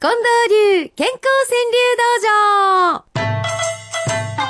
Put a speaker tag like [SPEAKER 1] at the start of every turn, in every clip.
[SPEAKER 1] 近藤流健康川柳道場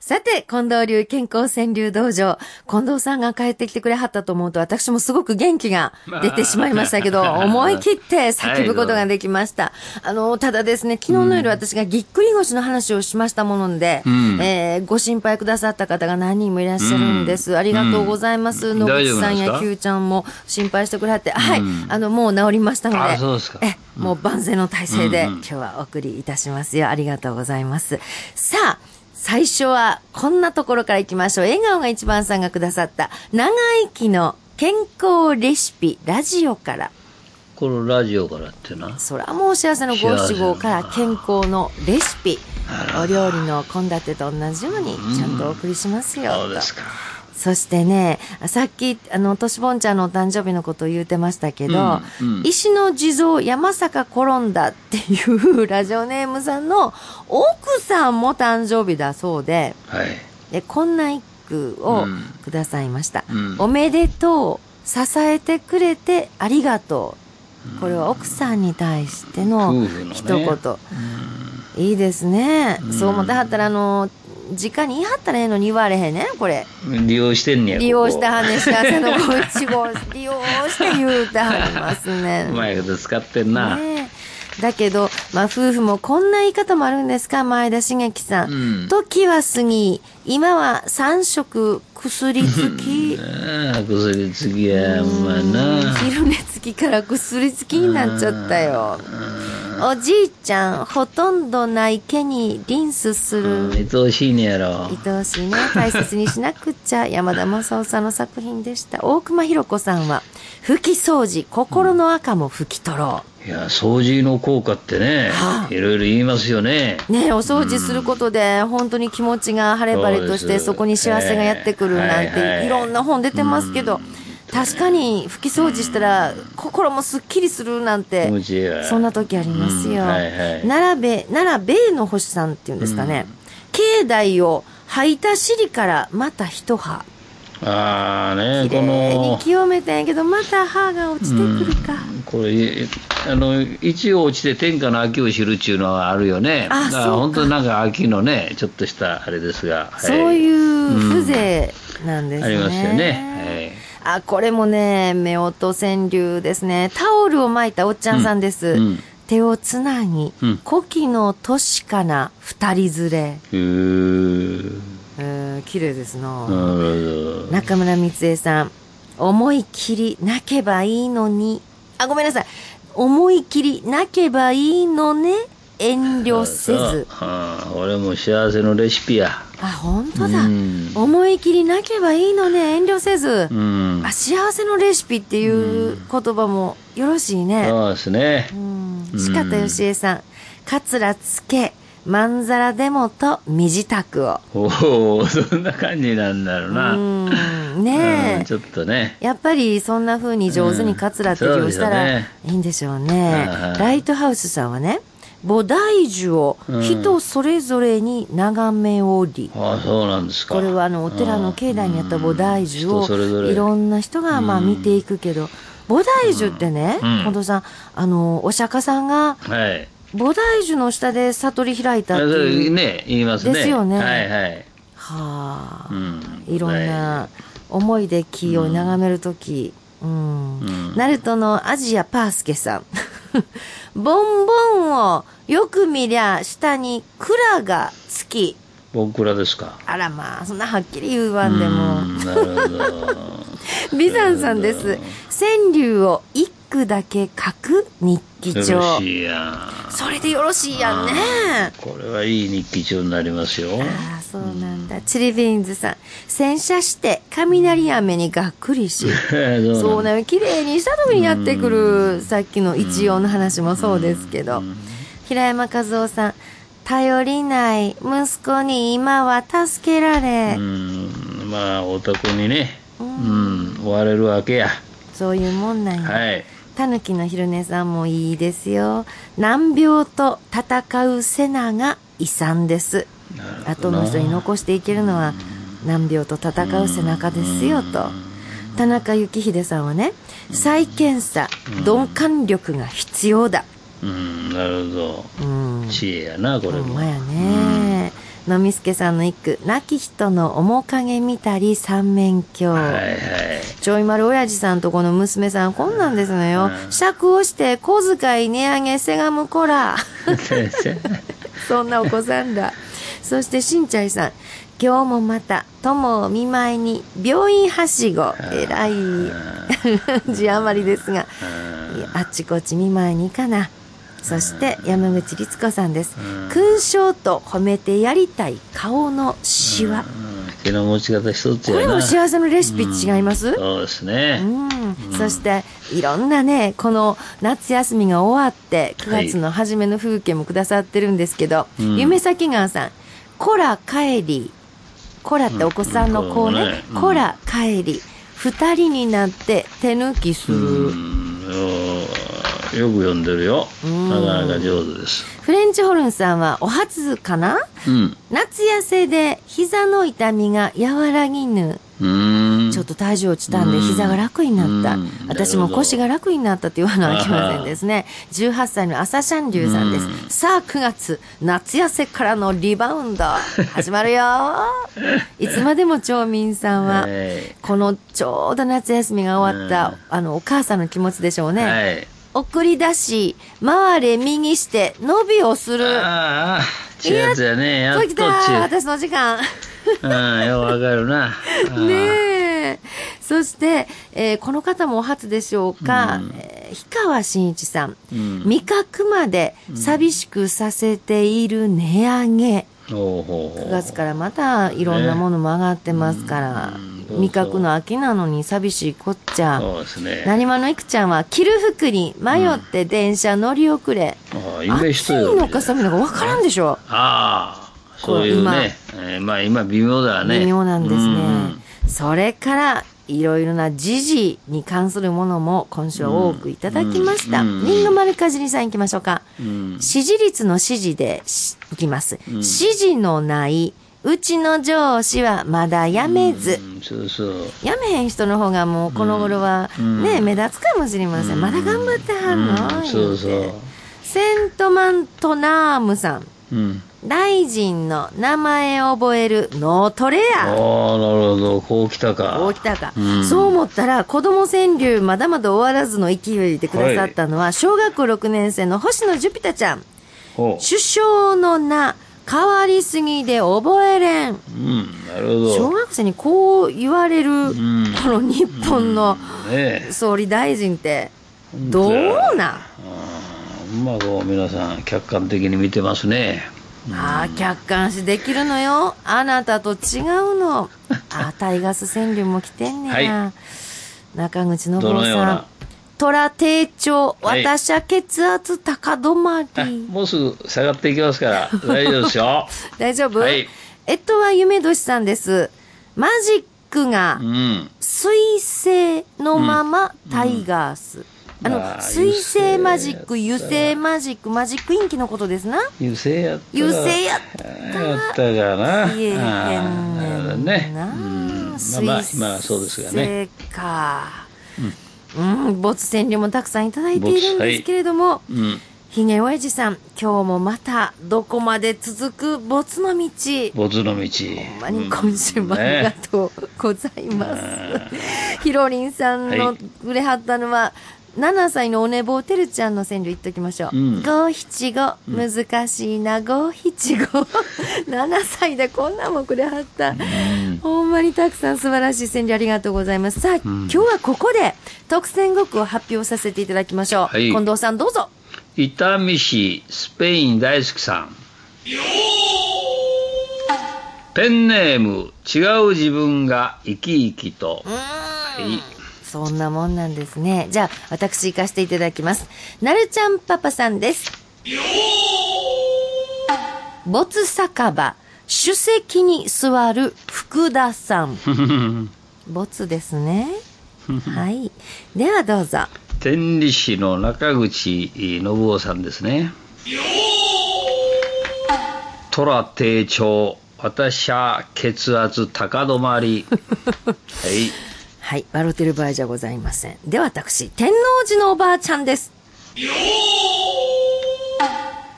[SPEAKER 1] さて、近藤流健康川柳道場。近藤さんが帰ってきてくれはったと思うと、私もすごく元気が出てしまいましたけど、思い切って叫ぶことができました。あの、ただですね、昨日の夜私がぎっくり腰の話をしましたもので、
[SPEAKER 2] うん
[SPEAKER 1] えーご心配くださった方が何人もいらっしゃるんです。ありがとうございます。
[SPEAKER 2] うん
[SPEAKER 1] 野口さん
[SPEAKER 2] 大丈夫なんです
[SPEAKER 1] や
[SPEAKER 2] か
[SPEAKER 1] Q ちゃんも心配してくれはって、はい
[SPEAKER 2] うん、
[SPEAKER 1] あの、もう治りましたの
[SPEAKER 2] あ
[SPEAKER 1] で、
[SPEAKER 2] そうですか
[SPEAKER 1] えもう万全の体制で
[SPEAKER 2] うんうん
[SPEAKER 1] 今日はお送りいたしますよ。ありがとうございます。さあ、最初はこんなところから行きましょう。笑顔が一番さんがくださった、長生きの健康レシピ、ラジオから。
[SPEAKER 2] このラジオからってな。
[SPEAKER 1] そらもう幸せの五七五から健康のレシピ。お料理の献立と同じようにちゃんとお送りしますよ。
[SPEAKER 2] そうで
[SPEAKER 1] と
[SPEAKER 2] すか。
[SPEAKER 1] そしてね、さっき、あの、としぼんちゃんのお誕生日のことを言うてましたけど、
[SPEAKER 2] うんうん
[SPEAKER 1] 石の地蔵山坂転んだっていうラジオネームさんの奥さんも誕生日だそうで、
[SPEAKER 2] はい。
[SPEAKER 1] でこんな一句を
[SPEAKER 2] うん
[SPEAKER 1] くださいました。
[SPEAKER 2] うん
[SPEAKER 1] おめでとう、支えてくれてありがとう。これは奥さんに対しての
[SPEAKER 2] 夫婦のね。
[SPEAKER 1] 一言。いいですね。
[SPEAKER 2] うん
[SPEAKER 1] そう思ってはったら、あの、直に言いはったらええのに言われへんねん、これ。
[SPEAKER 2] うん利用してんねや。
[SPEAKER 1] 利用した
[SPEAKER 2] こ
[SPEAKER 1] はんねん幸せの五一五利用して言うてはり ますね
[SPEAKER 2] こ。う。まいこと使ってんな。
[SPEAKER 1] ねえだけど、まあ、夫婦もこんな言い方もあるんですか前田茂樹さん。
[SPEAKER 2] うん。
[SPEAKER 1] 時は過ぎ、今は3食薬付き。
[SPEAKER 2] ああ、薬付きや、
[SPEAKER 1] うん
[SPEAKER 2] まあな。
[SPEAKER 1] 昼寝付きから薬付きになっちゃったよ。
[SPEAKER 2] う
[SPEAKER 1] おじいちゃん、ほとんどない毛にリンスす
[SPEAKER 2] ん。
[SPEAKER 1] る。
[SPEAKER 2] 愛おしいねやろ。
[SPEAKER 1] 愛おしいね大切にしなくっちゃ山田正夫さんの作品でした大隈弘子さんは「拭き掃除心の赤も拭き取ろ
[SPEAKER 2] いや、掃除の効果ってね
[SPEAKER 1] は、あ
[SPEAKER 2] いろいろ言いますよね。
[SPEAKER 1] う」ねえお掃除することで本当に気持ちが晴れ晴れとし
[SPEAKER 2] そう
[SPEAKER 1] て
[SPEAKER 2] です
[SPEAKER 1] そこに幸せがやってくるなんて、、
[SPEAKER 2] ええはいはいい
[SPEAKER 1] ろんな本出てますけど確かに拭き掃除したら心もすっきりするなん
[SPEAKER 2] 気
[SPEAKER 1] て
[SPEAKER 2] 持ちいいわ。
[SPEAKER 1] そんな時ありますよ、
[SPEAKER 2] うんはいはい
[SPEAKER 1] 奈良べ奈良米の星さんっていうんですかね、境内を履いた尻からまた一葉
[SPEAKER 2] ああね、
[SPEAKER 1] 綺
[SPEAKER 2] こ
[SPEAKER 1] 麗に
[SPEAKER 2] の。
[SPEAKER 1] 清めたんやけどまた歯が落ちてくるか、
[SPEAKER 2] これえあの一応落ちて天下の秋を知るっていうのはあるよね
[SPEAKER 1] あ
[SPEAKER 2] だから
[SPEAKER 1] そうか
[SPEAKER 2] 本当になんか秋のねちょっとしたあれですが、は
[SPEAKER 1] そういう風情なんですね、
[SPEAKER 2] ありますよね、
[SPEAKER 1] あこれもね夫婦川柳ですねタオルを巻いたおっちゃんさんです、
[SPEAKER 2] はい、うん
[SPEAKER 1] 手をつなぎ、
[SPEAKER 2] うん
[SPEAKER 1] 古希の年かな二人連れ
[SPEAKER 2] うー
[SPEAKER 1] うん綺麗ですな、
[SPEAKER 2] なる
[SPEAKER 1] 中村光恵さん思い切り泣けばいいのにあごめんなさい思い切り泣けばいいのね遠
[SPEAKER 2] ほ
[SPEAKER 1] 慮
[SPEAKER 2] ど
[SPEAKER 1] せず
[SPEAKER 2] うん俺も幸せのレシピや
[SPEAKER 1] あ本当だ、
[SPEAKER 2] うん
[SPEAKER 1] 思い切りなけばいいのね遠慮せず、
[SPEAKER 2] うん
[SPEAKER 1] あ幸せのレシピっていう言葉もよろしいね、
[SPEAKER 2] そうですね
[SPEAKER 1] うん
[SPEAKER 2] うん
[SPEAKER 1] 鹿田よしえさん「かつらつけまんざらでもと身支度を
[SPEAKER 2] おおそんな感じなんだろう」
[SPEAKER 1] う
[SPEAKER 2] な、
[SPEAKER 1] ん
[SPEAKER 2] うん
[SPEAKER 1] ねえ
[SPEAKER 2] ちょっとね
[SPEAKER 1] やっぱりそんな風に上手にカツラって利用した
[SPEAKER 2] うん
[SPEAKER 1] ら
[SPEAKER 2] そう
[SPEAKER 1] い
[SPEAKER 2] です
[SPEAKER 1] いんでしょうね。
[SPEAKER 2] はいはい
[SPEAKER 1] ライトハウスさんはね、菩提樹を人それぞれに眺めおり、
[SPEAKER 2] ああそうなんですか
[SPEAKER 1] これはあのお寺の境内にあった菩提樹
[SPEAKER 2] うん
[SPEAKER 1] を
[SPEAKER 2] 人それぞれ
[SPEAKER 1] いろんな人がまあ
[SPEAKER 2] うん
[SPEAKER 1] 見ていくけど菩提樹ってね、
[SPEAKER 2] うん
[SPEAKER 1] 近藤さんあのお釈迦さんが
[SPEAKER 2] はい
[SPEAKER 1] 菩提樹の下で悟り開いたっていう、
[SPEAKER 2] ね言いますね
[SPEAKER 1] ですよね
[SPEAKER 2] はいはい、
[SPEAKER 1] はあ、
[SPEAKER 2] うん、
[SPEAKER 1] いろんな思いで木を眺めるとき、うん
[SPEAKER 2] うん
[SPEAKER 1] ナルトのアジアパースケさん ボンボンをよく見りゃ下に蔵がつき
[SPEAKER 2] 僕らですか
[SPEAKER 1] あらまあそんなはっきり言わんでも。
[SPEAKER 2] うんな るほど
[SPEAKER 1] 美山さんで
[SPEAKER 2] な
[SPEAKER 1] す
[SPEAKER 2] るほど。
[SPEAKER 1] 川柳を一句だけ書く日記
[SPEAKER 2] よろ
[SPEAKER 1] 帳。
[SPEAKER 2] しいやん
[SPEAKER 1] それでよろしいやんね。
[SPEAKER 2] これはいい日記帳になりますよ
[SPEAKER 1] ああ、そうなんだ。チリビーンズさん。洗車して、雷雨にがっくりし。 そう
[SPEAKER 2] ね
[SPEAKER 1] ね、綺麗にした時にやってくる、さっきの一応の話もそうですけど。平山和夫さん。頼りない息子に今は助けられ。
[SPEAKER 2] うんまあお宅にね
[SPEAKER 1] う
[SPEAKER 2] うんん追われるわけや
[SPEAKER 1] そういうもんなんや。
[SPEAKER 2] はい
[SPEAKER 1] たぬきの昼寝さんもいいですよ。難病と戦うセナが遺産です。
[SPEAKER 2] なるほどな
[SPEAKER 1] 後の人に残していけるのは難病と戦う背中ですよと。田中幸秀さんはね、再検査、鈍感力が必要だ。
[SPEAKER 2] うん、なるほ
[SPEAKER 1] うん。
[SPEAKER 2] ど。知恵やな、これ
[SPEAKER 1] ほん
[SPEAKER 2] も
[SPEAKER 1] ま。やね。のみすけさんの一句、亡き人の面影見たり三面鏡。
[SPEAKER 2] はいはい。
[SPEAKER 1] ちょい丸親父さんとこの娘さん、こんなんですのよ。釈をして、小遣い値上げせがむこら。
[SPEAKER 2] 先生
[SPEAKER 1] そんなお子さんだ。そして、しんちゃいさん。今日もまた、友を見舞いに、病院はしご。えらい。字余りですが、いやあっちこっち見舞いに行かな。そして、山口律子さんです。勲章と褒めてやりたい顔のシワ。
[SPEAKER 2] うん手の持ち方一つ
[SPEAKER 1] これ
[SPEAKER 2] や
[SPEAKER 1] も
[SPEAKER 2] な。
[SPEAKER 1] 幸せのレシピ違います、
[SPEAKER 2] そうですね。
[SPEAKER 1] うん、そしていろんなねこの夏休みが終わって9月の初めの風景もくださってるんですけど、
[SPEAKER 2] うん
[SPEAKER 1] 夢咲川さん「こら帰り」「こら」ってお子さんの子ね「
[SPEAKER 2] うん
[SPEAKER 1] こら帰り」二人になって手抜きす
[SPEAKER 2] う
[SPEAKER 1] る、
[SPEAKER 2] んよく読んでるよ。
[SPEAKER 1] うん
[SPEAKER 2] なかなか上手です。
[SPEAKER 1] フレンチホルンさんはお初かな
[SPEAKER 2] うん。
[SPEAKER 1] 夏痩せで膝の痛みが和らぎぬ
[SPEAKER 2] うん。
[SPEAKER 1] ちょっと体重落ちたんで
[SPEAKER 2] うん
[SPEAKER 1] 膝が楽になった
[SPEAKER 2] うん。
[SPEAKER 1] 私も腰が楽になったって言わなあきませんですね。18歳の朝シャンリュウさんで
[SPEAKER 2] う
[SPEAKER 1] す。さあ9月、夏痩せからのリバウンド、始まる よいつまでも町民さんは、
[SPEAKER 2] はい
[SPEAKER 1] このちょうど夏休みが終わった、あの、お母さんの気持ちでしょうね。
[SPEAKER 2] はい。
[SPEAKER 1] 送り出し、回れ右して、伸びをする。
[SPEAKER 2] ああ、違うやつやね。やっと
[SPEAKER 1] そう
[SPEAKER 2] 違
[SPEAKER 1] き
[SPEAKER 2] う
[SPEAKER 1] たー私の時間。
[SPEAKER 2] うん、ようわかるな。ね
[SPEAKER 1] ねえ。そして、えーこの方もお初でしょうか、
[SPEAKER 2] うん
[SPEAKER 1] えー氷川慎一さん。
[SPEAKER 2] うん。
[SPEAKER 1] 味覚まで寂しくさせている値上げ。
[SPEAKER 2] ほうほうほう。
[SPEAKER 1] 9月からまたいろんなものも上がってますから、
[SPEAKER 2] うん
[SPEAKER 1] 味覚の秋なのに寂しいこっちゃ。
[SPEAKER 2] そうですね。
[SPEAKER 1] 何まのいくちゃんは着る服に迷って電車乗り遅れ。
[SPEAKER 2] ああ、
[SPEAKER 1] 暑
[SPEAKER 2] 夢しと
[SPEAKER 1] い
[SPEAKER 2] よ。
[SPEAKER 1] のか寒いのかわからんでしょ。
[SPEAKER 2] ああ、そういうね。えーまあ今微妙だね。
[SPEAKER 1] 微妙なんです
[SPEAKER 2] う
[SPEAKER 1] ね
[SPEAKER 2] ん。
[SPEAKER 1] それから、いろいろな時事に関するものも今週は多くいただきました。
[SPEAKER 2] うんうん
[SPEAKER 1] リンゴ丸かじりさん行きましょうか。
[SPEAKER 2] うん。
[SPEAKER 1] 支持率の支持でしいきます。
[SPEAKER 2] うん
[SPEAKER 1] 支持のない、うちの上司はまだ辞めず。
[SPEAKER 2] うんそうそう。
[SPEAKER 1] 辞めへん人の方がもうこの頃は
[SPEAKER 2] うん
[SPEAKER 1] ね、目立つかもしれません。まだ頑張ってはんの、
[SPEAKER 2] うんそうそ
[SPEAKER 1] 言
[SPEAKER 2] う
[SPEAKER 1] て。セントマントナームさん。
[SPEAKER 2] うん。
[SPEAKER 1] 大臣の名前を覚える脳トレ
[SPEAKER 2] ああ、な
[SPEAKER 1] や。
[SPEAKER 2] るほど。こう来たか。
[SPEAKER 1] 大北か、
[SPEAKER 2] うん
[SPEAKER 1] そう思ったら子供川柳まだまだ終わらずの勢いでくださったのは、小学校6年生の星野ジュピタちゃん
[SPEAKER 2] ほ
[SPEAKER 1] 首相の名変わりすぎで覚えれん
[SPEAKER 2] う。うん、なるほど。
[SPEAKER 1] 小学生にこう言われる、
[SPEAKER 2] ん
[SPEAKER 1] この日本の
[SPEAKER 2] ねえ。
[SPEAKER 1] 総理大臣ってどうなん、
[SPEAKER 2] うんまあ、こう、皆さん、客観的に見てますね。
[SPEAKER 1] ああ客観視できるのよあなたと違うのあタイガース川柳も来てんねや、中口信
[SPEAKER 2] ど
[SPEAKER 1] 夫
[SPEAKER 2] のよう
[SPEAKER 1] さん
[SPEAKER 2] な
[SPEAKER 1] 虎定調
[SPEAKER 2] はい
[SPEAKER 1] 私は血圧高止ま
[SPEAKER 2] あ
[SPEAKER 1] り、
[SPEAKER 2] もうすぐ下がっていきますから、大丈夫で すよ。
[SPEAKER 1] 大丈夫、
[SPEAKER 2] はい
[SPEAKER 1] えっとは夢年さんですマジックが
[SPEAKER 2] うん。
[SPEAKER 1] 水星のままタイガース、あの、
[SPEAKER 2] まあ
[SPEAKER 1] 水星マジック、
[SPEAKER 2] 油
[SPEAKER 1] 油
[SPEAKER 2] 性や
[SPEAKER 1] 性マジック、マジックインキのことですな。
[SPEAKER 2] 優勢やったら。
[SPEAKER 1] 油性やっ
[SPEAKER 2] やったかな。
[SPEAKER 1] 言えへん
[SPEAKER 2] あ
[SPEAKER 1] ね
[SPEAKER 2] ーね。
[SPEAKER 1] ん
[SPEAKER 2] う
[SPEAKER 1] な。
[SPEAKER 2] ん。まあまあ、今はそうですがね。
[SPEAKER 1] 水星か。うん、没川柳もたくさんいただいているんですけれども、
[SPEAKER 2] うん。
[SPEAKER 1] ひげおやじさん、今日もまた、どこまで続く没の道。
[SPEAKER 2] 没の道。
[SPEAKER 1] ほんまに今週もありがとうございます。 ひろりんさん
[SPEAKER 2] は
[SPEAKER 1] の
[SPEAKER 2] い
[SPEAKER 1] 売れはったのは、7歳のお寝坊てるちゃんの川柳言っときましょう
[SPEAKER 2] うん。
[SPEAKER 1] 五七五、難しいな、五七五。7歳でこんなんもくれはった。ほんまにたくさん素晴らしい川柳ありがとうございます。さあ、今日はここで特選語句を発表させていただきましょう。
[SPEAKER 2] はい
[SPEAKER 1] 近藤さんどうぞ。
[SPEAKER 2] 伊丹市スペイン大好きさんペンネーム違う自分が生き生きとはい
[SPEAKER 1] そんなもんなんですね。じゃあ、私行かせていただきます。なるちゃんパパさんです。没酒場、主席に座る福田さん。没ですね。はい。ではどうぞ。
[SPEAKER 2] 天理市の中口信夫さんですね虎定長私は血圧高止まり。はい。
[SPEAKER 1] はい、笑ってる場合じゃございません。では私、天王寺のおばあちゃんです。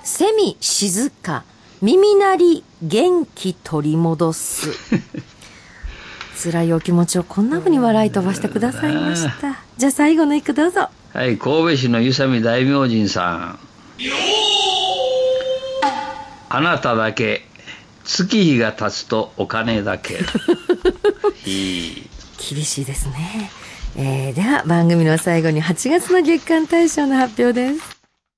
[SPEAKER 1] セミ静か、耳鳴り元気取り戻 す。辛いお気持ちをこんな風に笑い飛ばしてくださいました。じゃあ最後の一句どうぞ。
[SPEAKER 2] はい、神戸市の湯佐美大明神さん。あなただけ、月日が経つとお金だけ。いい。
[SPEAKER 1] 厳しいですね。えー、では番組の最後に8月の月間大賞の発表です。